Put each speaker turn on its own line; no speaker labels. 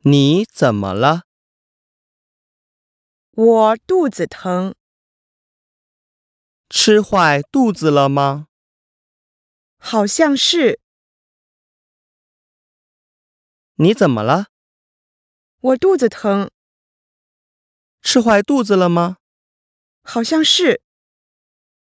你怎么了？
我肚子疼，
吃坏肚子了吗？
好像是。
你怎么了？
我肚子疼，
吃坏肚子了吗？
好像是。